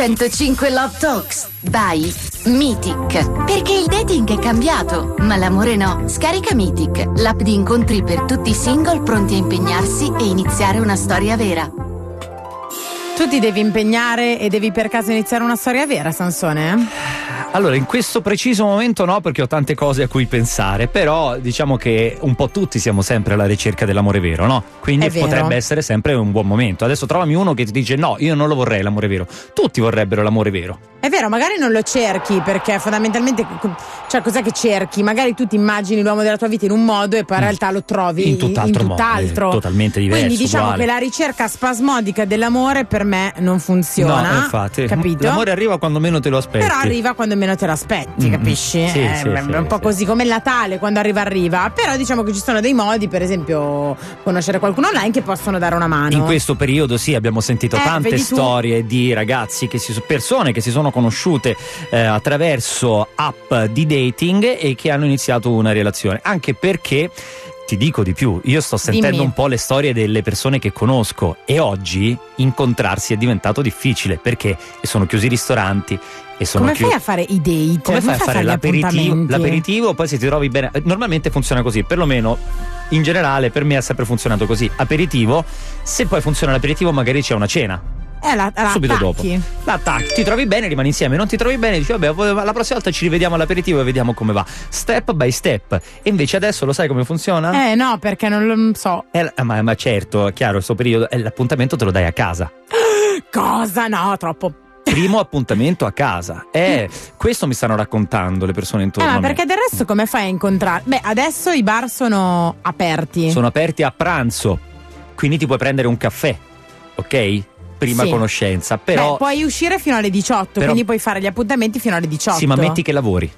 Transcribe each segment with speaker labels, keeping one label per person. Speaker 1: 105 Love Talks by Mythic. Perché il dating è cambiato, ma l'amore no. Scarica Mythic, l'app di incontri per tutti i single pronti a impegnarsi e iniziare una storia vera.
Speaker 2: Tu ti devi impegnare e devi per caso iniziare una storia vera, Sansone? eh?
Speaker 3: Allora, in questo preciso momento no, perché ho tante cose a cui pensare, però diciamo che un po' tutti siamo sempre alla ricerca dell'amore vero, no? Quindi
Speaker 2: È vero.
Speaker 3: potrebbe essere sempre un buon momento. Adesso trovami uno che ti dice no, io non lo vorrei l'amore vero. Tutti vorrebbero l'amore vero.
Speaker 2: È vero, magari non lo cerchi perché fondamentalmente, cioè cos'è che cerchi? Magari tu ti immagini l'uomo della tua vita in un modo e poi in realtà lo trovi
Speaker 3: Mm. in tutt'altro modo,
Speaker 2: tutt'altro.
Speaker 3: eh, totalmente diverso,
Speaker 2: Quindi diciamo
Speaker 3: uguale.
Speaker 2: che la ricerca spasmodica dell'amore per me non funziona.
Speaker 3: No, infatti,
Speaker 2: capito?
Speaker 3: l'amore arriva quando meno te lo aspetti.
Speaker 2: Però arriva quando meno te l'aspetti,
Speaker 3: Mm,
Speaker 2: capisci?
Speaker 3: sì,
Speaker 2: Eh,
Speaker 3: sì,
Speaker 2: beh,
Speaker 3: sì,
Speaker 2: è un po'
Speaker 3: sì.
Speaker 2: così come il Natale, quando arriva arriva. Però diciamo che ci sono dei modi, per esempio conoscere qualcuno online che possono dare una mano.
Speaker 3: In questo periodo sì, abbiamo sentito
Speaker 2: Eh,
Speaker 3: tante
Speaker 2: vedi tu.
Speaker 3: storie di ragazzi, che si, so- persone che si sono conosciute eh, attraverso app di dating e che hanno iniziato una relazione. Anche perché, ti dico di più, io sto sentendo
Speaker 2: Dimmi.
Speaker 3: un po' le storie delle persone che conosco e oggi incontrarsi è diventato difficile perché sono chiusi i ristoranti e sono
Speaker 2: come
Speaker 3: chiusi...
Speaker 2: fai a fare i date?
Speaker 3: Certo, Come fai a fare
Speaker 2: gli
Speaker 3: l'aperitivo?
Speaker 2: appuntamenti?
Speaker 3: L'aperitivo, poi se ti trovi bene. eh, Normalmente funziona così, perlomeno in generale per me ha sempre funzionato così. Aperitivo, se poi funziona l'aperitivo, magari c'è una cena.
Speaker 2: Eh, la, la
Speaker 3: Subito dopo.
Speaker 2: attacchi.
Speaker 3: L'attacchi, ti trovi bene, rimani insieme. Non ti trovi bene, dici, vabbè, vo- la prossima volta ci rivediamo all'aperitivo e vediamo come va. Step by step. E invece adesso lo sai come funziona?
Speaker 2: Eh no, perché non lo so.
Speaker 3: Eh, ma, ma certo, è chiaro, questo periodo eh, l'appuntamento te lo dai a casa.
Speaker 2: Cosa? No, troppo.
Speaker 3: Primo appuntamento a casa. Eh, questo mi stanno raccontando le persone
Speaker 2: Eh,
Speaker 3: intorno a
Speaker 2: ma
Speaker 3: me.
Speaker 2: Mm. perché del resto come fai a incontrare? Beh, adesso i bar sono aperti.
Speaker 3: sono aperti a pranzo, quindi ti puoi prendere un caffè, ok? Prima
Speaker 2: Sì.
Speaker 3: conoscenza,
Speaker 2: Beh,
Speaker 3: però
Speaker 2: puoi uscire fino alle 18,
Speaker 3: però-
Speaker 2: quindi puoi fare gli appuntamenti fino alle 18.
Speaker 3: sì, ma metti che lavori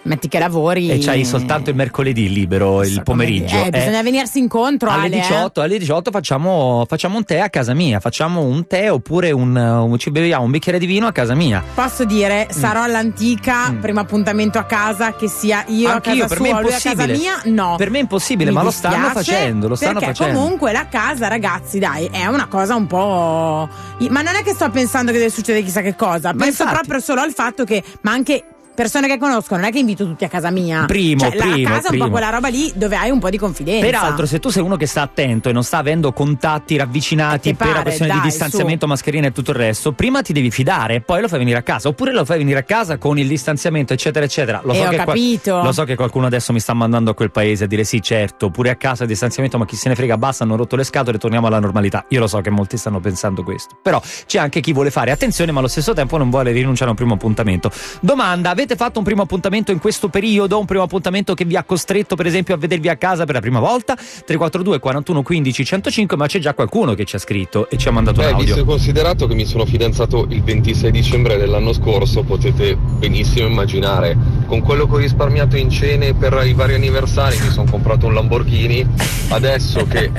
Speaker 2: Metti che lavori.
Speaker 3: e c'hai soltanto il mercoledì libero, il
Speaker 2: So come
Speaker 3: pomeriggio.
Speaker 2: dire. Eh,
Speaker 3: eh.
Speaker 2: bisogna venirsi incontro
Speaker 3: alle
Speaker 2: Ale, eh.
Speaker 3: 18, alle 18 facciamo, facciamo un tè a casa mia, facciamo un tè oppure un, un- eh, ci beviamo un bicchiere di vino a casa mia.
Speaker 2: Posso dire, sarò all'antica,
Speaker 3: Mm.
Speaker 2: primo appuntamento a casa, che sia io
Speaker 3: Anch'io,
Speaker 2: a casa
Speaker 3: per me è
Speaker 2: sua, lui a casa
Speaker 3: impossibile.
Speaker 2: mia, no.
Speaker 3: Per me è impossibile,
Speaker 2: Mi
Speaker 3: ma lo stanno
Speaker 2: dispiace,
Speaker 3: facendo, lo stanno
Speaker 2: perché
Speaker 3: facendo.
Speaker 2: comunque la casa, ragazzi, dai, è una cosa un po'. Ma non è che sto pensando che deve succedere chissà che cosa,
Speaker 3: Ma
Speaker 2: penso
Speaker 3: infatti.
Speaker 2: proprio solo al fatto che, ma anche persone che conosco, non è che invito tutti a casa mia.
Speaker 3: Primo,
Speaker 2: cioè,
Speaker 3: primo,
Speaker 2: la casa è un
Speaker 3: primo.
Speaker 2: po' quella roba lì dove hai un po' di confidenza.
Speaker 3: Peraltro, se tu sei uno che sta attento e non sta avendo contatti ravvicinati
Speaker 2: Eh, ti
Speaker 3: per la
Speaker 2: pare,
Speaker 3: questione di
Speaker 2: dai,
Speaker 3: distanziamento, mascherina e tutto il resto, prima ti devi fidare e poi lo fai venire a casa. Oppure lo fai venire a casa con il distanziamento, eccetera, eccetera. Lo
Speaker 2: Eh, ho
Speaker 3: che qua-
Speaker 2: capito.
Speaker 3: lo so che qualcuno adesso mi sta mandando a quel paese a dire sì, certo, pure a casa il distanziamento, ma chi se ne frega, basta, hanno rotto le scatole, torniamo alla normalità. Io lo so che molti stanno pensando questo. Però c'è anche chi vuole fare attenzione, ma allo stesso tempo non vuole rinunciare a un primo appuntamento. Domanda: avete fatto un primo appuntamento in questo periodo? Un primo appuntamento che vi ha costretto, per esempio, a vedervi a casa per la prima volta? 342 41 15 105, ma c'è già qualcuno che ci ha scritto e ci ha mandato
Speaker 4: Beh,
Speaker 3: un audio.
Speaker 4: visto e considerato che mi sono fidanzato il 26 dicembre dell'anno scorso, potete benissimo immaginare. Con quello che ho risparmiato in cene per i vari anniversari mi sono comprato un Lamborghini. Adesso che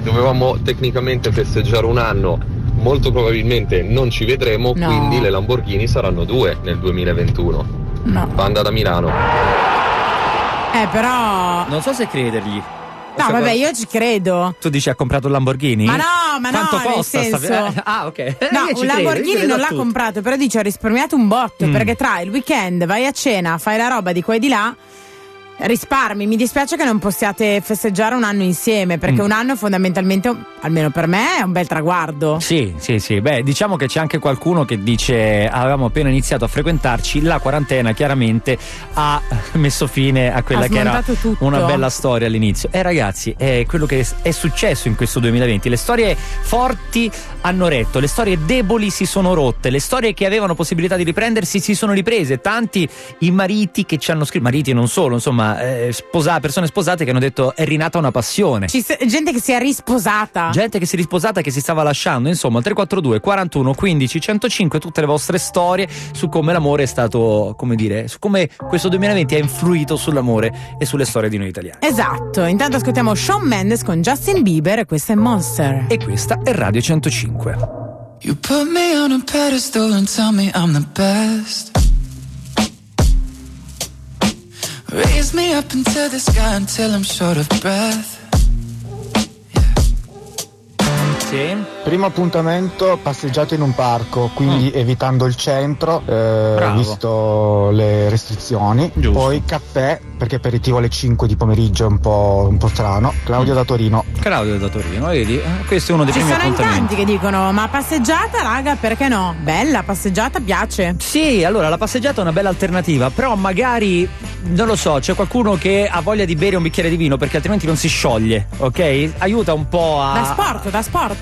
Speaker 4: dovevamo tecnicamente festeggiare un anno, molto probabilmente non ci vedremo,
Speaker 2: No.
Speaker 4: quindi le Lamborghini saranno due nel 2021.
Speaker 2: No.
Speaker 4: Banda da Milano.
Speaker 2: Eh, però.
Speaker 3: Non so se credergli.
Speaker 2: No, vabbè, io ci credo.
Speaker 3: Tu dici ha comprato un Lamborghini?
Speaker 2: Ma no, ma
Speaker 3: Quanto
Speaker 2: no, nel
Speaker 3: costa? sta-
Speaker 2: senso-
Speaker 3: eh, Ah, ok. Io ci
Speaker 2: No,
Speaker 3: credo,
Speaker 2: un
Speaker 3: io
Speaker 2: Lamborghini
Speaker 3: credo
Speaker 2: non
Speaker 3: a
Speaker 2: l'ha
Speaker 3: tutto.
Speaker 2: comprato, però dice ho risparmiato un botto
Speaker 3: Mm.
Speaker 2: perché tra il weekend vai a cena, fai la roba di qua e di là. Risparmi, mi dispiace che non possiate festeggiare un anno insieme perché
Speaker 3: Mm.
Speaker 2: un anno fondamentalmente, almeno per me, è un bel traguardo.
Speaker 3: Sì, sì, sì. Beh, diciamo che c'è anche qualcuno che dice avevamo appena iniziato a frequentarci, la quarantena chiaramente ha messo fine a quella
Speaker 2: ha
Speaker 3: che era
Speaker 2: smontato tutto.
Speaker 3: una bella storia all'inizio. Eh ragazzi, è quello che è successo in questo 2020. Le storie forti hanno retto, le storie deboli si sono rotte, le storie che avevano possibilità di riprendersi si sono riprese. Tanti i mariti che ci hanno scritto, mariti e non solo, insomma, eh, sposa- persone sposate che hanno detto è rinata una passione.
Speaker 2: Ci s- gente che si è risposata.
Speaker 3: Gente che si è risposata, che si stava lasciando, insomma, al 342 41 15 105 tutte le vostre storie su come l'amore è stato, come dire, su come questo 2020 ha influito sull'amore e sulle storie di noi italiani.
Speaker 2: esatto, intanto ascoltiamo Shawn Mendes con Justin Bieber e questo è Monster.
Speaker 3: E questa è Radio 105.
Speaker 5: You put me on a pedestal and tell me I'm the best. Raise me up into the sky until I'm short of breath. Yeah.
Speaker 3: Sì.
Speaker 6: Primo appuntamento passeggiato in un parco, quindi evitando il centro, eh,
Speaker 3: Mm. Bravo.
Speaker 6: visto le restrizioni.
Speaker 3: Giusto.
Speaker 6: Poi caffè, perché aperitivo alle 5 di pomeriggio è un po', un po' strano. Claudio
Speaker 3: Mm.
Speaker 6: da Torino.
Speaker 3: Claudio da Torino, vedi? Eh, Questo è uno dei
Speaker 2: Ci
Speaker 3: primi
Speaker 2: sono in
Speaker 3: appuntamenti.
Speaker 2: tanti che dicono: Ma passeggiata, raga, perché no? Bella passeggiata, piace.
Speaker 3: Sì, allora la passeggiata è una bella alternativa, però magari non lo so, c'è qualcuno che ha voglia di bere un bicchiere di vino perché altrimenti non si scioglie, ok? Aiuta un po' a
Speaker 2: Da sport, da sport.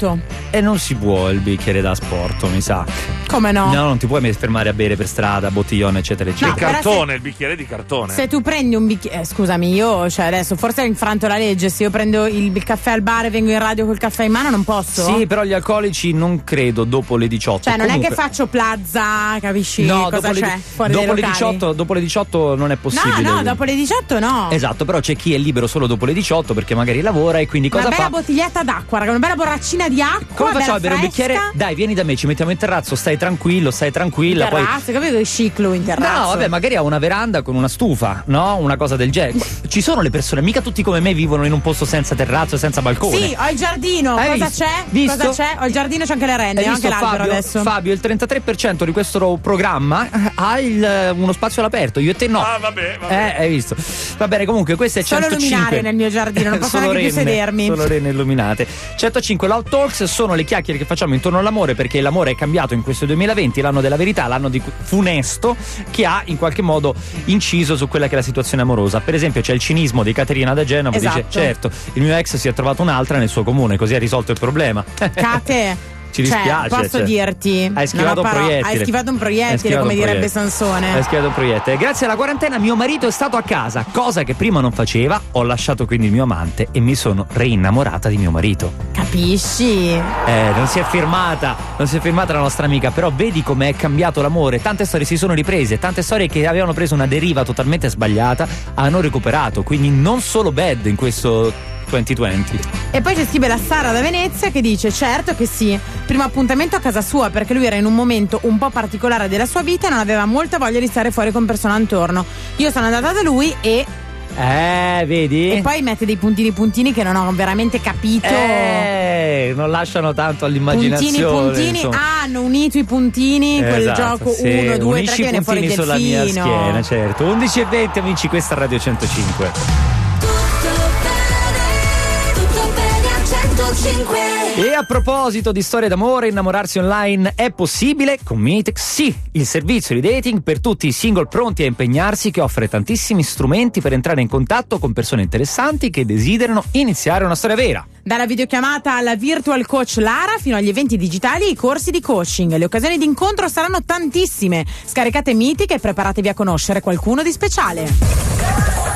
Speaker 3: E non si può il bicchiere da sport, mi sa.
Speaker 2: Come no?
Speaker 3: No, non ti puoi fermare a bere per strada, bottiglione, eccetera,
Speaker 2: No,
Speaker 3: eccetera.
Speaker 2: però
Speaker 7: cartone, il bicchiere di cartone.
Speaker 2: Se tu prendi un bicchiere, eh, scusami, io cioè adesso forse ho infranto la legge. Se io prendo il, il caffè al bar e vengo in radio col caffè in mano, non posso?
Speaker 3: Sì, però gli alcolici non credo dopo le 18.
Speaker 2: Cioè, non è
Speaker 3: Comunque-
Speaker 2: che faccio plaza, capisci
Speaker 3: No,
Speaker 2: cosa
Speaker 3: dopo, le,
Speaker 2: c'è? fuori
Speaker 3: dopo
Speaker 2: dai
Speaker 3: le
Speaker 2: locali?
Speaker 3: 18, dopo le 18 non è possibile.
Speaker 2: No, no, dopo le 18 no.
Speaker 3: Esatto, però c'è chi è libero solo dopo le 18 perché magari lavora e quindi cosa
Speaker 2: una bella
Speaker 3: fa?
Speaker 2: bottiglietta d'acqua, raga, una bella borraccina di acqua.
Speaker 3: Come facciamo a bere
Speaker 2: bella
Speaker 3: un bicchiere?
Speaker 2: fresca.
Speaker 3: Dai, vieni da me, ci mettiamo in terrazzo, stai tranquillo, stai tranquilla. Poi...
Speaker 2: terrazzo, capito che ciclo in terrazzo?
Speaker 3: No, vabbè, magari ha una veranda con una stufa, no? Una cosa del genere. Ci sono le persone, mica tutti come me vivono in un posto senza terrazzo e senza balcone.
Speaker 2: Sì, ho il giardino,
Speaker 3: Hai
Speaker 2: cosa
Speaker 3: visto?
Speaker 2: c'è?
Speaker 3: Visto?
Speaker 2: Cosa c'è? Ho il giardino, c'è anche le renne,
Speaker 3: Hai
Speaker 2: ho
Speaker 3: visto
Speaker 2: anche l'albero
Speaker 3: Fabio?
Speaker 2: adesso.
Speaker 3: Fabio, il 33% di questo programma eh, ha il, eh, uno spazio all'aperto, io e te no.
Speaker 7: Ah, vabbè, vabbè.
Speaker 3: Eh, hai visto. Va bene, comunque, questo è
Speaker 2: Solo
Speaker 3: 105.
Speaker 2: luminare nel mio giardino, non posso
Speaker 3: Solo
Speaker 2: neanche più
Speaker 3: renne,
Speaker 2: sedermi.
Speaker 3: Solo renne illuminate. 105 Loud Talks sono le chiacchiere che facciamo intorno all'amore perché l'amore è cambiato in questo 2020, l'anno della verità, l'anno di funesto che ha in qualche modo inciso su quella che è la situazione amorosa. Per esempio, c'è il cinismo di Caterina da Genova che
Speaker 2: Esatto.
Speaker 3: dice "Certo, il mio ex si è trovato un'altra nel suo comune, così ha risolto il problema". Eh,
Speaker 2: Cate.
Speaker 3: Ci
Speaker 2: cioè,
Speaker 3: dispiace.
Speaker 2: posso
Speaker 3: cioè.
Speaker 2: dirti,
Speaker 3: Hai schivato
Speaker 2: non ho
Speaker 3: un
Speaker 2: parole,
Speaker 3: proiettile.
Speaker 2: hai schivato un proiettile,
Speaker 3: Hai schivato
Speaker 2: come
Speaker 3: un
Speaker 2: direbbe
Speaker 3: proiettile.
Speaker 2: Sansone.
Speaker 3: Hai schivato un proiettile. Grazie alla quarantena mio marito è stato a casa, cosa che prima non faceva. Ho lasciato quindi il mio amante e mi sono reinnamorata di mio marito.
Speaker 2: Capisci?
Speaker 3: Eh, non si è firmata, non si è firmata la nostra amica, però vedi com'è cambiato l'amore. Tante storie si sono riprese, tante storie che avevano preso una deriva totalmente sbagliata hanno recuperato, quindi non solo bad in questo 2020.
Speaker 2: E poi c'è scrive la Sara da Venezia che dice: Certo che sì, primo appuntamento a casa sua perché lui era in un momento un po' particolare della sua vita e non aveva molta voglia di stare fuori con persone intorno. Io sono andata da lui e,
Speaker 3: Eh, vedi?
Speaker 2: e poi mette dei puntini puntini che non ho veramente capito.
Speaker 3: Eh, non lasciano tanto all'immaginazione.
Speaker 2: Puntini, puntini,
Speaker 3: insomma.
Speaker 2: hanno unito i puntini, quel
Speaker 3: Esatto,
Speaker 2: gioco
Speaker 3: sì.
Speaker 2: 1, 2, 3
Speaker 3: Unisci
Speaker 2: che
Speaker 3: i
Speaker 2: viene fuori il
Speaker 3: puntini sulla mia
Speaker 2: delfino.
Speaker 3: schiena, certo. 11 e 20, amici, questa è Radio 105. E a proposito di storie d'amore, innamorarsi online è possibile con Meetex? Sì, il servizio di dating per tutti i single pronti a impegnarsi che offre tantissimi strumenti per entrare in contatto con persone interessanti che desiderano iniziare una storia vera.
Speaker 2: Dalla videochiamata alla virtual coach Lara fino agli eventi digitali e i corsi di coaching. Le occasioni di incontro saranno tantissime. Scaricate Mythic e preparatevi a conoscere qualcuno di speciale.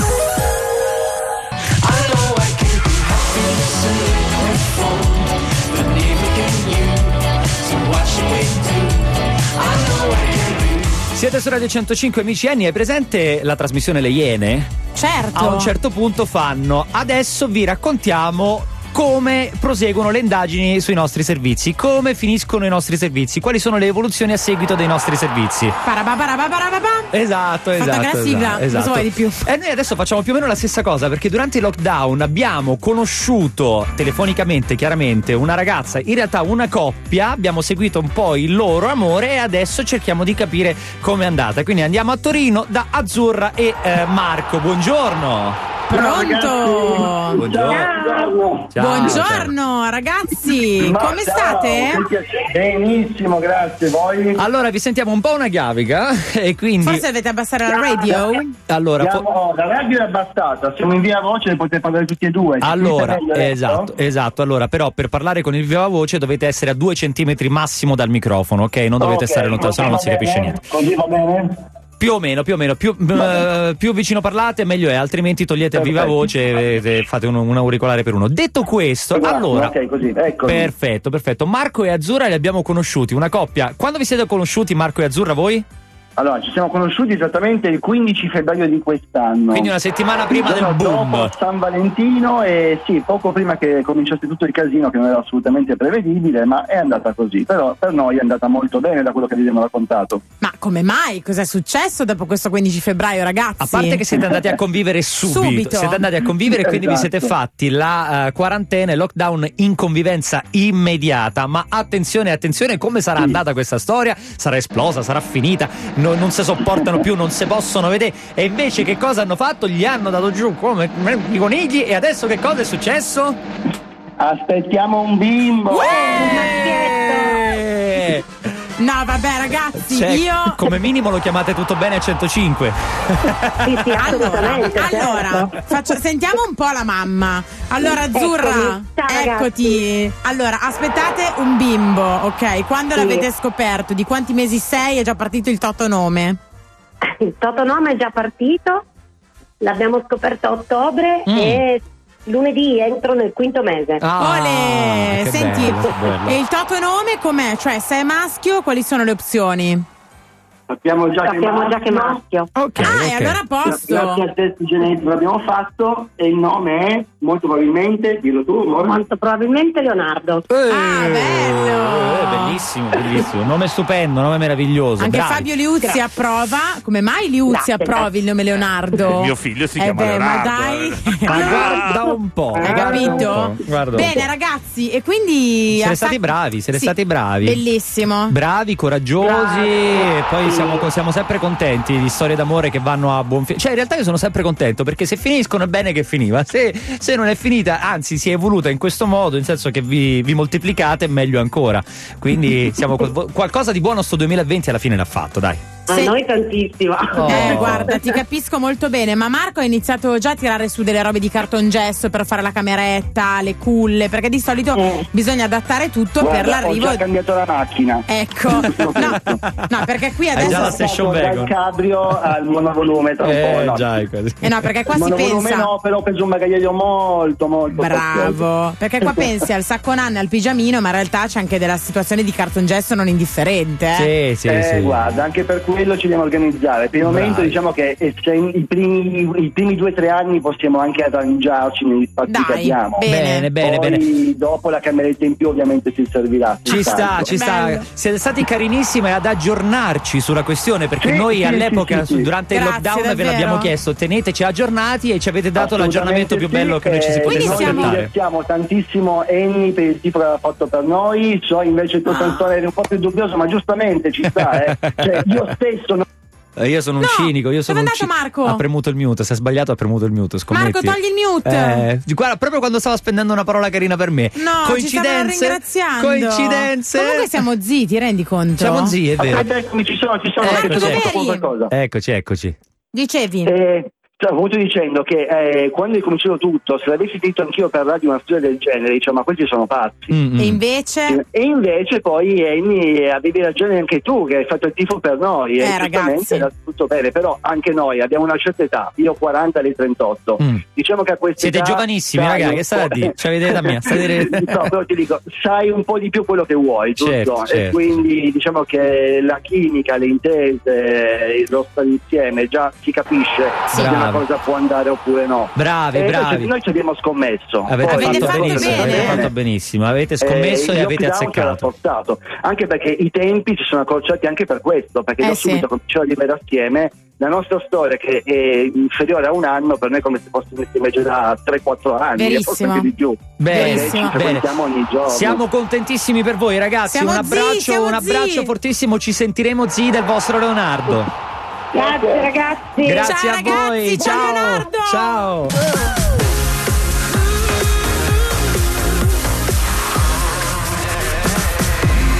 Speaker 3: Siete su Radio 105 amici Anni, è presente la trasmissione Le Iene?
Speaker 2: Certo.
Speaker 3: a un certo punto fanno adesso vi raccontiamo come proseguono le indagini sui nostri servizi, come finiscono i nostri servizi, quali sono le evoluzioni a seguito dei nostri servizi.
Speaker 2: Parababarababababa.
Speaker 3: Esatto,
Speaker 2: Fatta
Speaker 3: esatto.
Speaker 2: anche la
Speaker 3: esatto,
Speaker 2: sigla, cosa
Speaker 3: esatto.
Speaker 2: vuoi di più?
Speaker 3: E noi adesso facciamo più o meno la stessa cosa perché durante il lockdown abbiamo conosciuto telefonicamente, chiaramente, una ragazza, in realtà una coppia, abbiamo seguito un po' il loro amore e adesso cerchiamo di capire come è andata. Quindi andiamo a Torino da Azzurra e eh, Marco. Buongiorno.
Speaker 2: Pronto?
Speaker 3: Buongiorno. Ciao, ciao.
Speaker 2: Buongiorno ragazzi,
Speaker 8: Ma
Speaker 2: come
Speaker 8: ciao,
Speaker 2: state?
Speaker 8: mi piace- Benissimo, grazie. Voi?
Speaker 3: Allora, vi sentiamo un po' una gavica e quindi...
Speaker 2: Forse dovete abbassare la radio?
Speaker 3: Allora, po-
Speaker 8: Siamo- oh, la radio è abbassata, siamo in via voce, potete parlare tutti e due. Ci
Speaker 3: allora,
Speaker 8: sentite meglio adesso?
Speaker 3: esatto, esatto. Allora, però per parlare con il viva voce dovete essere a due centimetri massimo dal microfono, ok? Non dovete
Speaker 8: Ok,
Speaker 3: stare lontano,
Speaker 8: così
Speaker 3: sennò
Speaker 8: va
Speaker 3: non si capisce
Speaker 8: bene?
Speaker 3: niente.
Speaker 8: Così va bene?
Speaker 3: Più o meno, più o meno, più, eh, più vicino parlate meglio è, altrimenti togliete il viva
Speaker 8: Perfetto.
Speaker 3: voce e, e fate un, un auricolare per uno. Detto questo,
Speaker 8: Esatto,
Speaker 3: allora...
Speaker 8: ok, così, eccomi.
Speaker 3: Perfetto, perfetto. Marco e Azzurra li abbiamo conosciuti, una coppia. Quando vi siete conosciuti Marco e Azzurra voi?
Speaker 8: Allora, ci siamo conosciuti esattamente il 15 febbraio di quest'anno.
Speaker 3: Quindi una settimana prima
Speaker 8: Il
Speaker 3: del
Speaker 8: giorno
Speaker 3: boom.
Speaker 8: dopo San Valentino e sì, poco prima che cominciasse tutto il casino che non era assolutamente prevedibile, ma è andata così. Però per noi è andata molto bene da quello che vi abbiamo raccontato.
Speaker 2: Ma come mai? Cos'è successo dopo questo 15 febbraio, ragazzi?
Speaker 3: A parte che siete andati a convivere subito,
Speaker 2: Subito.
Speaker 3: siete andati a convivere e quindi vi siete
Speaker 8: Esatto.
Speaker 3: fatti la eh, quarantena e lockdown in convivenza immediata. Ma attenzione, attenzione, come sarà
Speaker 8: Sì.
Speaker 3: andata questa storia? Sarà esplosa, sarà finita, no- non si sopportano più, non si possono vedere. E invece che cosa hanno fatto? Gli hanno dato giù come i conigli e adesso che cosa è successo?
Speaker 8: Aspettiamo un bimbo!
Speaker 3: Eh,
Speaker 2: No, vabbè, ragazzi,
Speaker 3: cioè,
Speaker 2: io.
Speaker 3: Come minimo lo chiamate tutto bene a 105.
Speaker 9: Sì, sì, assolutamente.
Speaker 2: allora
Speaker 9: certo.
Speaker 2: faccio- sentiamo un po' la mamma. Allora, Azzurra,
Speaker 9: Eccomi. Ciao,
Speaker 2: eccoti. Allora, aspettate un bimbo, ok? Quando
Speaker 9: Sì.
Speaker 2: l'avete scoperto? Di quanti mesi sei? È già partito il toto nome.
Speaker 9: Il Totonoma è già partito, l'abbiamo scoperto a ottobre
Speaker 3: Mm.
Speaker 9: e lunedì entro nel quinto mese.
Speaker 2: Ole!
Speaker 3: Ah, che
Speaker 2: Senti,
Speaker 3: bello, che bello.
Speaker 2: e il toto nome com'è? Cioè, se è maschio, quali sono le opzioni?
Speaker 8: Sappiamo già
Speaker 9: Sappiamo già che maschio.
Speaker 3: Ok,
Speaker 2: ah,
Speaker 3: ok.
Speaker 2: e allora
Speaker 8: Grazie
Speaker 2: posso.
Speaker 8: al test genetico l'abbiamo fatto e il nome è molto probabilmente, dillo tu, Morgan.
Speaker 9: Molto probabilmente Leonardo.
Speaker 3: Eh,
Speaker 2: Ah, bello!
Speaker 3: eh, bellissimo, bellissimo. Nome stupendo, nome meraviglioso.
Speaker 2: Anche
Speaker 3: bravi.
Speaker 2: Fabio Liuzzi
Speaker 9: Grazie.
Speaker 2: approva. Come mai Liuzzi
Speaker 9: Grazie,
Speaker 2: approvi il nome Leonardo?
Speaker 7: Il mio figlio si
Speaker 2: Eh
Speaker 7: chiama
Speaker 2: beh,
Speaker 7: Leonardo. eh.
Speaker 2: Ma
Speaker 3: Ma
Speaker 2: dai.
Speaker 3: guarda un po',
Speaker 2: Hai
Speaker 3: guarda un
Speaker 2: capito?
Speaker 3: po', guarda un
Speaker 2: Bene,
Speaker 3: po'.
Speaker 2: ragazzi, e quindi.
Speaker 3: Siete
Speaker 2: ha
Speaker 3: stati
Speaker 2: fatto-
Speaker 3: bravi, siete
Speaker 2: Sì.
Speaker 3: stati bravi.
Speaker 2: Bellissimo.
Speaker 3: Bravi, coraggiosi, e poi siamo, siamo sempre contenti di storie d'amore che vanno a buon fine. Cioè, in realtà io sono sempre contento perché se finiscono è bene che finiva. Se, se non è finita, anzi, si è evoluta in questo modo, nel senso che vi, vi moltiplicate, meglio ancora. Quindi siamo co- qualcosa di buono sto 2020 alla fine l'ha fatto, dai.
Speaker 9: A
Speaker 2: Sì.
Speaker 9: noi tantissimo.
Speaker 3: Oh.
Speaker 2: Eh, guarda, ti capisco molto bene, ma Marco ha iniziato già a tirare su delle robe di cartongesso per fare la cameretta, le culle, perché di solito
Speaker 8: Eh.
Speaker 2: bisogna adattare tutto per
Speaker 8: Guarda,
Speaker 2: l'arrivo.
Speaker 8: Ho già cambiato la macchina.
Speaker 2: Ecco, no, no, perché qui
Speaker 3: Hai già la
Speaker 2: adesso.
Speaker 3: session
Speaker 8: Sono passato
Speaker 3: wagon.
Speaker 8: Dal cabrio al monovolume tra un po'.
Speaker 3: Eh,
Speaker 8: no.
Speaker 3: già, è così.
Speaker 2: Eh no, perché qua
Speaker 8: Il
Speaker 2: si
Speaker 8: monovolume
Speaker 2: pensa.
Speaker 8: no, però ho preso un bagagliaio molto, molto spazioso.
Speaker 2: Bravo, perché qua pensi al sacco nanne, al pigiamino, ma in realtà c'è anche della situazione di cartongesso non indifferente. Eh.
Speaker 3: Sì, sì,
Speaker 8: eh,
Speaker 3: sì.
Speaker 8: guarda, anche per quello ci dobbiamo organizzare. Per il
Speaker 3: Bravi.
Speaker 8: momento diciamo che eh, se in- i primi, i primi due o tre anni possiamo anche arrangiarci negli spazi che
Speaker 2: Dai,
Speaker 8: abbiamo.
Speaker 3: Bene, bene,
Speaker 8: Poi
Speaker 3: bene.
Speaker 8: dopo la cameretta in più ovviamente ci servirà.
Speaker 3: Ci sta,
Speaker 8: Ah, Tanto.
Speaker 3: ci sta.
Speaker 2: Bello.
Speaker 3: Siete stati carinissimi ad aggiornarci sulla questione perché
Speaker 8: Sì,
Speaker 3: noi
Speaker 8: sì,
Speaker 3: all'epoca,
Speaker 8: sì, sì, sì.
Speaker 3: durante il
Speaker 2: Grazie,
Speaker 3: lockdown, ve
Speaker 2: davvero.
Speaker 3: l'abbiamo chiesto: teneteci aggiornati e ci avete dato l'aggiornamento più bello che noi ci si
Speaker 2: Quindi
Speaker 3: potesse
Speaker 2: siamo-
Speaker 8: Noi
Speaker 3: aspettare.
Speaker 8: ringraziamo tantissimo Enni per il tifo che aveva fatto per noi. So invece il tuo Santoro era un po' più dubbioso, ma giustamente ci sta. eh. Cioè, io stesso non
Speaker 3: Eh, Io sono un
Speaker 2: No,
Speaker 3: cinico, io sono
Speaker 2: dove
Speaker 3: un
Speaker 2: è andato
Speaker 3: ci-
Speaker 2: Marco?
Speaker 3: Ha premuto il mute, se ha sbagliato ha premuto il mute, scommetti.
Speaker 2: Marco, togli il mute.
Speaker 3: Eh, guarda, proprio quando stava spendendo una parola carina per me.
Speaker 2: No,
Speaker 3: coincidenze?
Speaker 2: ci stavano ringraziando.
Speaker 3: Coincidenze?
Speaker 2: Comunque siamo zii, ti rendi conto?
Speaker 3: Siamo zii, è vero.
Speaker 8: Aspetta, eccomi, ci sono, ci sono, Ecco,
Speaker 3: Eh,
Speaker 8: ho detto
Speaker 3: eccoci.
Speaker 8: dopo qualcosa.
Speaker 3: Eccoci, eccoci.
Speaker 2: Dicevi.
Speaker 3: Mm.
Speaker 8: Eh, stavo appunto dicendo che eh, quando hai cominciato tutto, se l'avessi detto anch'io per radio una storia del genere, dicevo, ma questi sono pazzi.
Speaker 3: Mm, mm.
Speaker 2: E invece.
Speaker 8: E invece poi Amy avevi ragione anche tu che hai fatto il tifo per noi
Speaker 2: Eh,
Speaker 8: e giustamente
Speaker 2: ragazzi.
Speaker 8: era tutto bene, però anche noi abbiamo una certa età, io ho 40 lei 38.
Speaker 3: Mm.
Speaker 8: Diciamo che a questa
Speaker 3: Siete
Speaker 8: età
Speaker 3: giovanissimi,
Speaker 8: sai
Speaker 3: ragazzi,
Speaker 8: un
Speaker 3: che state a
Speaker 8: po'-
Speaker 3: dire? Cioè, vedete la mia, state a dire-
Speaker 8: no, però ti dico, sai un po' di più quello che vuoi, giusto?
Speaker 3: Certo, certo.
Speaker 8: E quindi diciamo che la chimica, le intese, il nostro insieme già si capisce se una
Speaker 3: Bravo.
Speaker 8: cosa può andare oppure Eh, no.
Speaker 3: Bravi,
Speaker 8: E noi ci-
Speaker 3: bravi.
Speaker 8: Noi ci abbiamo scommesso.
Speaker 3: Avete,
Speaker 8: Poi-
Speaker 2: Avete
Speaker 3: fatto,
Speaker 2: fatto
Speaker 3: benissimo,
Speaker 2: bene. eh.
Speaker 3: avete fatto benissimo, avete scommesso
Speaker 8: eh,
Speaker 3: e
Speaker 8: il
Speaker 3: avete
Speaker 8: lockdown ce l'ha
Speaker 3: azzeccato.
Speaker 8: forzato. Anche perché i tempi si sono accorciati anche per questo, perché
Speaker 2: Eh,
Speaker 8: da
Speaker 2: sì.
Speaker 8: subito cominciò a libera assieme. La nostra storia, che è inferiore a un anno, per noi è come se fosse un insieme già da 3-4 anni, e forse
Speaker 2: Verissimo.
Speaker 8: anche di più.
Speaker 3: Bene,
Speaker 8: Perché ci
Speaker 2: Bellissimo.
Speaker 3: bene.
Speaker 8: frequentiamo ogni giorno.
Speaker 3: Siamo contentissimi per voi, ragazzi.
Speaker 2: Siamo
Speaker 3: un
Speaker 2: zii,
Speaker 3: abbraccio,
Speaker 2: siamo
Speaker 3: un
Speaker 2: zii.
Speaker 3: abbraccio fortissimo. Ci sentiremo zii del vostro Leonardo.
Speaker 9: Grazie ragazzi.
Speaker 3: Grazie
Speaker 2: Ciao,
Speaker 3: a
Speaker 2: ragazzi, ciao,
Speaker 3: voi. ciao.
Speaker 2: Leonardo.
Speaker 3: Ciao.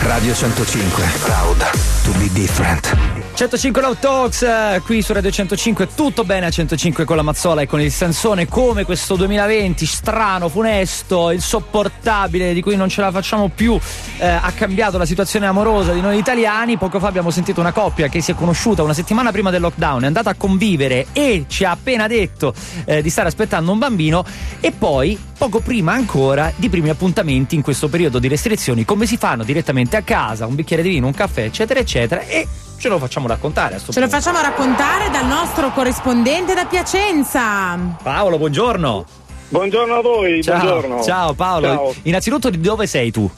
Speaker 10: Radio 105. Proud to be different.
Speaker 3: 105 Love Talks eh, qui su Radio 105 tutto bene a 105 con la Mazzola e con il Sansone come questo 2020 strano, funesto, insopportabile di cui non ce la facciamo più eh, ha cambiato la situazione amorosa di noi italiani poco fa abbiamo sentito una coppia che si è conosciuta una settimana prima del lockdown è andata a convivere e ci ha appena detto eh, di stare aspettando un bambino e poi poco prima ancora di primi appuntamenti in questo periodo di restrizioni come si fanno direttamente a casa un bicchiere di vino, un caffè eccetera eccetera e ce lo facciamo raccontare a sto
Speaker 2: Ce lo
Speaker 3: punto.
Speaker 2: facciamo raccontare dal nostro corrispondente da Piacenza.
Speaker 3: Paolo, buongiorno.
Speaker 11: Buongiorno a voi,
Speaker 3: Ciao,
Speaker 11: buongiorno.
Speaker 3: Ciao Paolo.
Speaker 11: Ciao.
Speaker 3: Innanzitutto di dove sei tu?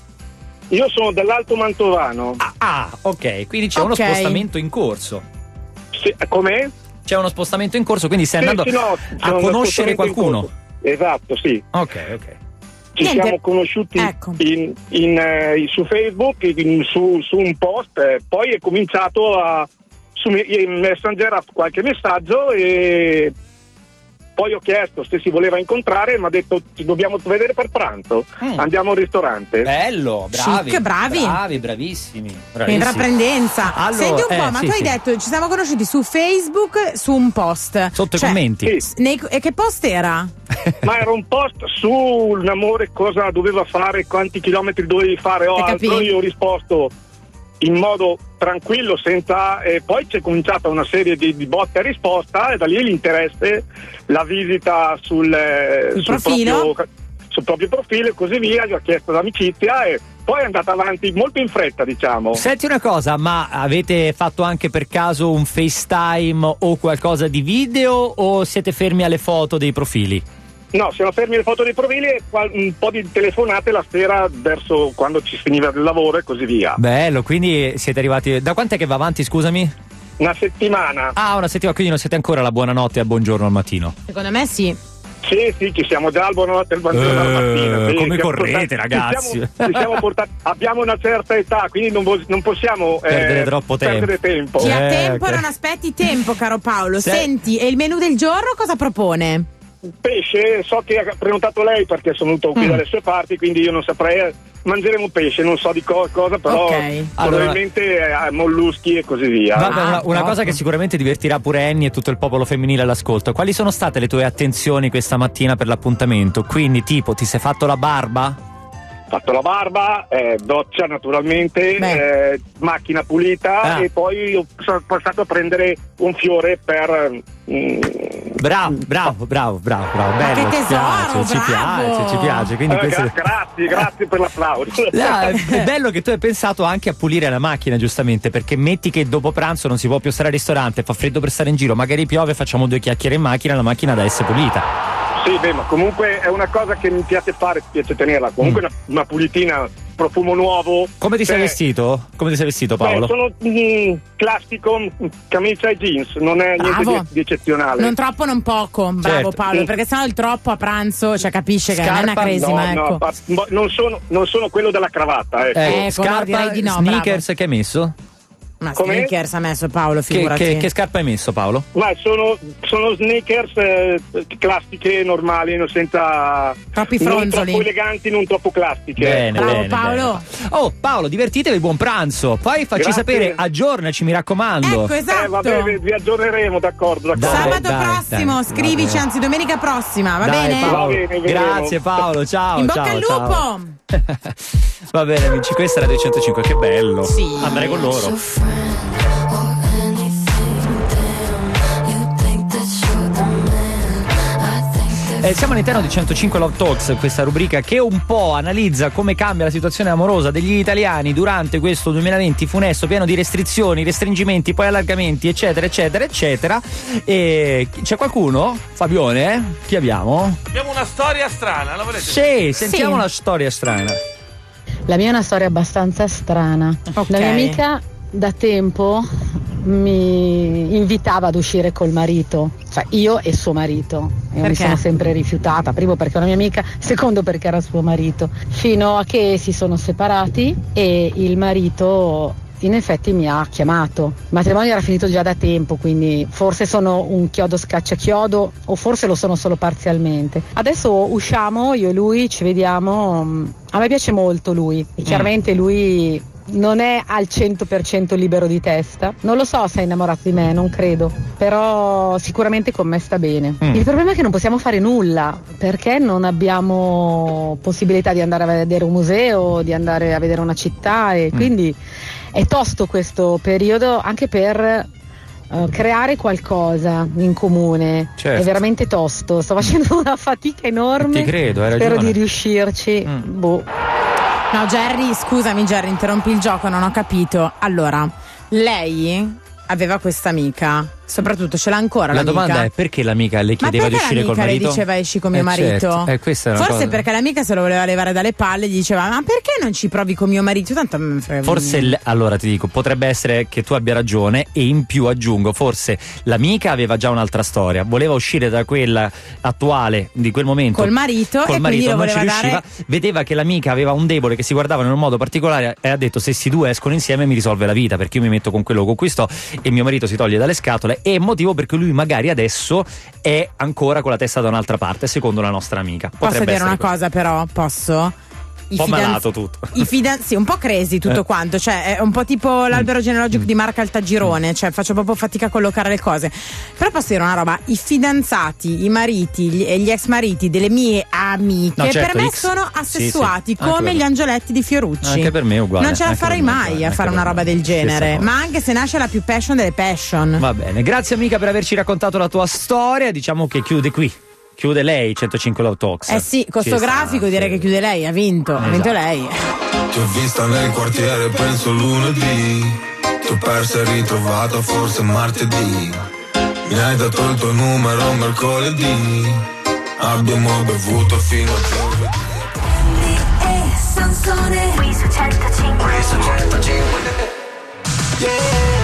Speaker 11: Io sono dell'Alto Mantovano.
Speaker 3: Ah, ok, quindi c'è uno
Speaker 11: Ok.
Speaker 3: spostamento in corso.
Speaker 11: come?
Speaker 3: C'è uno spostamento in corso, quindi stai
Speaker 11: Sì,
Speaker 3: andando
Speaker 11: sì, no,
Speaker 3: a
Speaker 11: sono
Speaker 3: conoscere
Speaker 11: assolutamente in
Speaker 3: qualcuno.
Speaker 11: corso. Esatto, sì.
Speaker 3: Ok, ok.
Speaker 11: Ci
Speaker 3: Niente.
Speaker 11: siamo conosciuti
Speaker 2: Ecco.
Speaker 11: in- in, eh, su Facebook, in- su, su un post, eh, poi è cominciato a, su me- in Messenger a qualche messaggio e poi ho chiesto se si voleva incontrare, mi ha detto ci dobbiamo vedere per pranzo,
Speaker 2: Mm.
Speaker 11: andiamo al ristorante.
Speaker 7: Eh,
Speaker 3: Bello, bravi.
Speaker 2: Chic, bravi.
Speaker 3: Bravi, bravissimi. bravissimi.
Speaker 2: Intraprendenza.
Speaker 3: Allora,
Speaker 2: Senti un po',
Speaker 3: eh,
Speaker 2: ma
Speaker 3: sì,
Speaker 2: tu hai
Speaker 3: sì.
Speaker 2: detto ci siamo conosciuti su Facebook su un post. Cioè,
Speaker 3: Sotto i commenti. Sì.
Speaker 2: nei- e che post era?
Speaker 11: Ma era un post sull'amore, cosa doveva fare, quanti chilometri dovevi fare o
Speaker 2: Eh,
Speaker 11: altro.
Speaker 2: capì.
Speaker 11: Io ho risposto in modo tranquillo, senza. E poi c'è cominciata una serie di, di botte a risposta, e da lì l'interesse, la visita sul, eh,
Speaker 2: Sul
Speaker 11: sul
Speaker 2: profilo.
Speaker 11: proprio, sul proprio profilo e così via. Gli ho chiesto l'amicizia e poi è andata avanti molto in fretta, diciamo.
Speaker 3: Senti una cosa, ma avete fatto anche per caso un FaceTime o qualcosa di video o siete fermi alle foto dei profili?
Speaker 11: No, siamo fermi alle foto dei profili e qual- un po' di telefonate la sera verso quando ci finiva il lavoro e così via.
Speaker 3: Bello, quindi siete arrivati. Da quant'è che va avanti, scusami?
Speaker 11: Una settimana.
Speaker 3: Ah, una settimana, quindi non siete ancora alla buonanotte e al buongiorno al mattino.
Speaker 2: Secondo me sì.
Speaker 11: Sì, sì, ci siamo già al buonanotte al buongiorno alla mattina.
Speaker 3: Eh, come
Speaker 11: sì, siamo
Speaker 3: correte,
Speaker 11: portati-
Speaker 3: ragazzi?
Speaker 11: Ci siamo, ci siamo portati- abbiamo una certa età, quindi non, vo- non possiamo eh,
Speaker 3: Perdere troppo tempo.
Speaker 11: perdere tempo.
Speaker 3: Chi ha Eh,
Speaker 2: Tempo non aspetti tempo, caro Paolo.
Speaker 11: Se-
Speaker 2: Senti, e il menù del giorno cosa propone?
Speaker 11: Pesce, so che ha prenotato lei perché sono venuto
Speaker 3: Mm.
Speaker 11: qui dalle sue parti, quindi io non saprei. eh, Mangeremo pesce, non so di co- cosa, però
Speaker 3: Ok.
Speaker 11: probabilmente eh, molluschi e così via.
Speaker 3: Vabbè, una, una cosa che sicuramente divertirà pure Annie e tutto il popolo femminile all'ascolto. Quali sono state le tue attenzioni questa mattina per l'appuntamento? Quindi, tipo, ti sei fatto la barba?
Speaker 11: fatto la barba, eh, doccia naturalmente, eh, macchina pulita
Speaker 3: Ah.
Speaker 11: e poi ho- sono passato a prendere un fiore per... mm,
Speaker 3: Bravo, bravo, bravo, bravo, bravo. Bello,
Speaker 11: che
Speaker 3: ci
Speaker 11: tesoro,
Speaker 3: piace, ci
Speaker 11: bravo!
Speaker 3: piace, ci piace. Quindi
Speaker 11: Eh,
Speaker 3: questo-
Speaker 11: gra- grazie, grazie per l'applauso.
Speaker 3: No, è è bello che tu hai pensato anche a pulire la macchina, giustamente, perché metti che dopo pranzo non si può più stare al ristorante, fa freddo per stare in giro, magari piove, facciamo due chiacchiere in macchina, la macchina da essere pulita.
Speaker 11: Sì, beh, ma comunque è una cosa che mi piace fare, mi piace tenerla. Comunque una, una pulitina, profumo nuovo.
Speaker 3: Mm. Come ti sei
Speaker 11: Cioè,
Speaker 3: vestito? Come ti sei vestito, Paolo?
Speaker 11: beh, sono mm, classico, mm, camicia e jeans, non è niente
Speaker 2: Bravo.
Speaker 11: di, di eccezionale.
Speaker 2: Non troppo, non poco. Bravo
Speaker 11: Certo.
Speaker 2: Paolo,
Speaker 11: Mm.
Speaker 2: perché sennò il troppo a pranzo, cioè capisce che non è una
Speaker 11: Scarpa?
Speaker 2: cresima,
Speaker 11: No,
Speaker 2: ecco.
Speaker 11: no, pa- mo- non, sono, non sono quello della cravatta, ecco.
Speaker 3: Ecco,
Speaker 2: Ecco, no,
Speaker 3: scarpa,
Speaker 2: direi di no,
Speaker 3: sneakers che hai messo?
Speaker 2: Ma
Speaker 11: Come?
Speaker 2: sneakers ha messo Paolo,
Speaker 3: Che,
Speaker 2: figurati.
Speaker 3: che- che scarpa hai messo, Paolo?
Speaker 11: Ma sono, sono sneakers eh, classiche, normali, non senza.
Speaker 2: Troppi
Speaker 11: Non
Speaker 2: fronzoli.
Speaker 11: troppo eleganti, non troppo classiche. Eh,
Speaker 3: Bene, bene, bene. Oh, Paolo, divertitevi, buon pranzo. Poi facci
Speaker 11: Grazie.
Speaker 3: sapere, aggiornaci, mi raccomando.
Speaker 11: Eh, va
Speaker 3: Esatto.
Speaker 11: bene, vi aggiorneremo, d'accordo. d'accordo.
Speaker 3: Dai,
Speaker 2: Ecco, esatto. Sabato
Speaker 3: dai,
Speaker 2: prossimo,
Speaker 3: dai,
Speaker 2: scrivici,
Speaker 3: vabbè.
Speaker 2: anzi domenica prossima, va
Speaker 3: Dai,
Speaker 2: bene?
Speaker 3: Paolo.
Speaker 11: vedremo.
Speaker 3: Grazie Paolo, ciao.
Speaker 2: In bocca
Speaker 3: ciao,
Speaker 2: al lupo!
Speaker 3: ciao. Va bene, amici, questa era 205, che bello. Andrei con loro. Eh, siamo all'interno di 105 Love Talks, questa rubrica che un po' analizza come cambia la situazione amorosa degli italiani durante questo 2020 funesto, pieno di restrizioni, restringimenti, poi allargamenti, eccetera, eccetera, eccetera. E c'è qualcuno? Fabione? Chi abbiamo?
Speaker 7: Abbiamo una storia strana, la volete?
Speaker 3: Sì, sentiamo la storia strana.
Speaker 12: La mia è una storia abbastanza strana. La mia amica da tempo mi invitava ad uscire col marito, cioè io e suo marito. Io mi
Speaker 13: Perché?
Speaker 12: sono sempre rifiutata, primo perché era mia amica, secondo perché era suo marito, fino a che si sono separati e il marito in effetti mi ha chiamato. Il matrimonio era finito già da tempo, quindi forse sono un chiodo scacciachiodo o forse lo sono solo parzialmente. Adesso usciamo, io e lui ci vediamo. mm, A me piace molto lui e chiaramente lui non è al 100% libero di testa. Non lo so se è innamorato di me, non credo, però sicuramente con me sta bene.
Speaker 13: Mm.
Speaker 12: Il problema è che non possiamo fare nulla perché non abbiamo possibilità di andare a vedere un museo, di andare a vedere una città e quindi è tosto questo periodo anche per eh, creare qualcosa in comune.
Speaker 3: Certo.
Speaker 12: È veramente tosto, sto facendo una fatica enorme.
Speaker 3: Ti credo, hai
Speaker 12: Spero
Speaker 3: ragione. Mm.
Speaker 12: di riuscirci. Boh.
Speaker 2: No, Jerry, scusami, Jerry, interrompi il gioco, non ho capito. Allora, lei aveva questa amica. Soprattutto ce l'ha ancora
Speaker 3: La
Speaker 2: l'amica.
Speaker 3: domanda è perché l'amica le
Speaker 2: Ma
Speaker 3: chiedeva di
Speaker 2: perché
Speaker 3: uscire col
Speaker 2: l'amica le
Speaker 3: marito?
Speaker 2: diceva esci con mio
Speaker 3: Eh,
Speaker 2: marito?
Speaker 3: certo. Eh, questa è una
Speaker 2: Forse
Speaker 3: cosa-
Speaker 2: perché l'amica se lo voleva levare dalle palle gli diceva ma perché non ci provi con mio marito? Tanto me ne frega- mm,
Speaker 3: Forse, l- allora ti dico, potrebbe essere che tu abbia ragione e in più aggiungo, forse l'amica aveva già un'altra storia, voleva uscire da quella attuale di quel momento.
Speaker 2: Col marito,
Speaker 3: col
Speaker 2: e quindi
Speaker 3: marito
Speaker 2: lo
Speaker 3: non ci
Speaker 2: voleva
Speaker 3: riusciva,
Speaker 2: dare-
Speaker 3: vedeva che l'amica aveva un debole che si guardava in un modo particolare e ha detto se si due escono insieme mi risolve la vita perché io mi metto con quello con cui sto e mio marito si toglie dalle scatole e è motivo per cui lui magari adesso è ancora con la testa da un'altra parte, secondo la nostra amica.
Speaker 2: Posso
Speaker 3: Potrebbe
Speaker 2: dire
Speaker 3: essere
Speaker 2: una
Speaker 3: così.
Speaker 2: cosa però? Posso?
Speaker 3: Un
Speaker 2: I
Speaker 3: po'
Speaker 2: fidanz-
Speaker 3: malato tutto.
Speaker 2: I fidanzati, un po' crazy tutto
Speaker 3: Eh. Mm.
Speaker 2: quanto, cioè è un po' tipo l'albero genealogico di Marca Altagirone, cioè faccio proprio fatica a collocare le cose. Però posso dire una roba, i fidanzati, i mariti gli- e gli ex mariti delle mie amiche
Speaker 3: No, certo,
Speaker 2: per me
Speaker 3: X.
Speaker 2: sono
Speaker 3: Sì,
Speaker 2: assessuati
Speaker 3: sì, anche
Speaker 2: come
Speaker 3: per me.
Speaker 2: gli angioletti di Fiorucci.
Speaker 3: Anche per me è uguale,
Speaker 2: Non ce la
Speaker 3: anche
Speaker 2: farei
Speaker 3: per me è
Speaker 2: mai a
Speaker 3: uguale, anche
Speaker 2: fare
Speaker 3: per
Speaker 2: una roba del genere,
Speaker 3: cosa.
Speaker 2: ma anche se nasce la più passion delle passion.
Speaker 3: Va bene, grazie amica per averci raccontato la tua storia. Diciamo che chiude qui. Chiude lei 105 Love Talks.
Speaker 2: Eh sì, con
Speaker 3: Ci
Speaker 2: sto
Speaker 3: sta.
Speaker 2: grafico direi che chiude lei, ha vinto,
Speaker 3: Esatto.
Speaker 2: ha vinto lei.
Speaker 13: Ti ho vista nel quartiere, penso lunedì. Tu persa e ritrovata, forse martedì. Mi hai dato il tuo numero mercoledì. Abbiamo bevuto fino a giovedì.
Speaker 14: Sansone Qui su 105 Qui su 105 Yeah